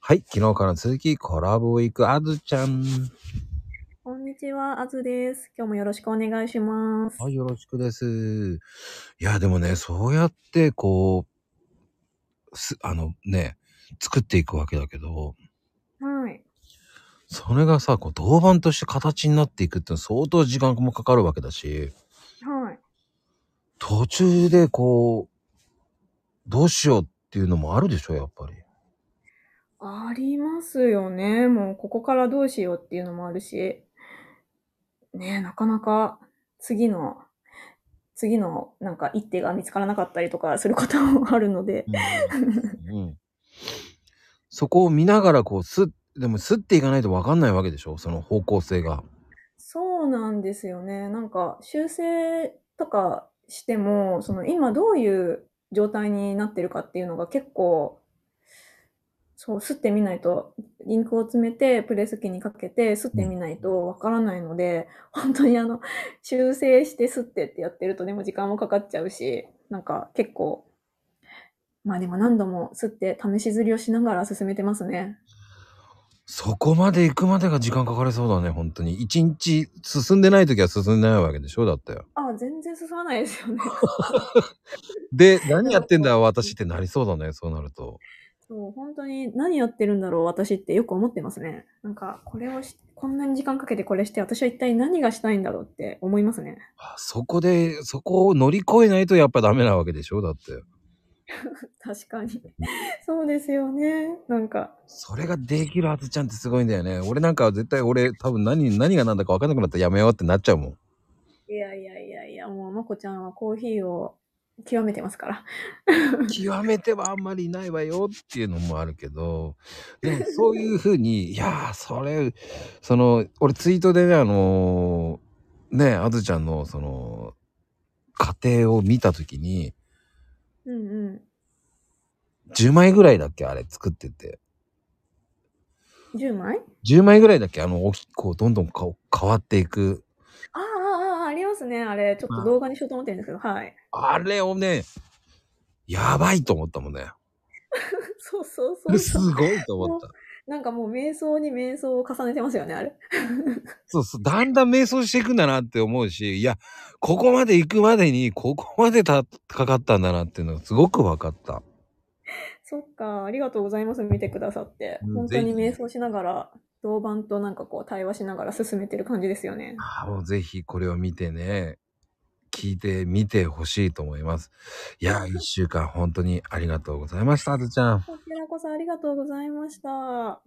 はい、昨日からの続き、コラボウィーク、あずちゃん。こんにちは、あずです。今日もよろしくお願いします。はい、よろしくです。いや、でもね、そうやって、こう、す、あのね、作っていくわけだけど、はい。それがさ、こう、銅板として形になっていくってのは相当時間もかかるわけだし、はい。途中でこう、どうしようっていうのもあるでしょ、やっぱり。ありますよね。もう、ここからどうしようっていうのもあるし。ねえ、なかなか、次の、次の、なんか、一手が見つからなかったりとかすることもあるので。うんうんそこを見ながら、こう、す、でも、すっていかないと分かんないわけでしょ、その方向性が。そうなんですよね。なんか、修正とかしても、その、今どういう状態になってるかっていうのが結構、そう、吸ってみないと、リンクを詰めて、プレス機にかけて、吸ってみないとわからないので、本当にあの、修正して吸ってってやってると、でも時間もかかっちゃうし、なんか結構、まあでも何度も吸って試し刷りをしながら進めてますね。そこまで行くまでが時間かかりそうだね、本当に。一日進んでない時は進んでないわけでしょだって。ああ、全然進まないですよね。で、何やってんだ私ってなりそうだね、そうなると。そう、本当に何やってるんだろう、私ってよく思ってますね。なんか、これをし、こんなに時間かけてこれして、私は一体何がしたいんだろうって思いますね。あそこで、そこを乗り越えないとやっぱダメなわけでしょだって。確かに。そうですよね。なんか、それができるはずちゃんってすごいんだよね。俺なんかは絶対俺多分何、何が何だか分かんなくなったらやめようってなっちゃうもん。いやいやいやいや、もう、まこちゃんはコーヒーを極めてますから。極めてはあんまりいないわよっていうのもあるけどでもそういうふうに いやーそれその俺ツイートでねあのーねあずちゃんのその家庭を見た時にうんう10枚ぐらいだっけあれ作っててん。10枚10枚ぐらいだっけあの大きくこうどんどんか変わっていくああ、ああ、ありますね。あれ、ちょっと動画にしようと思ってるんですけど、はい。 あれをねやばいと思ったもんねそうそうそこれうす そう。ごいと思ったなんかもう、瞑想に瞑想を重ねてますよね、あれ。そうそう、だんだん迷走していくんだなって思うし、いや、ここまで行くまでに、ここまでたかかったんだなっていうのがすごく分かった。そっか、ありがとうございます。見てくださってうん。本当にぜ瞑想しながら、銅板となんかこう対話しながら進めてる感じですよね。あもうぜひこれを見てね、聞いてみてほしいと思います。いや、一週間本当にありがとうございました、あずちゃん。こちらこそありがとうございました。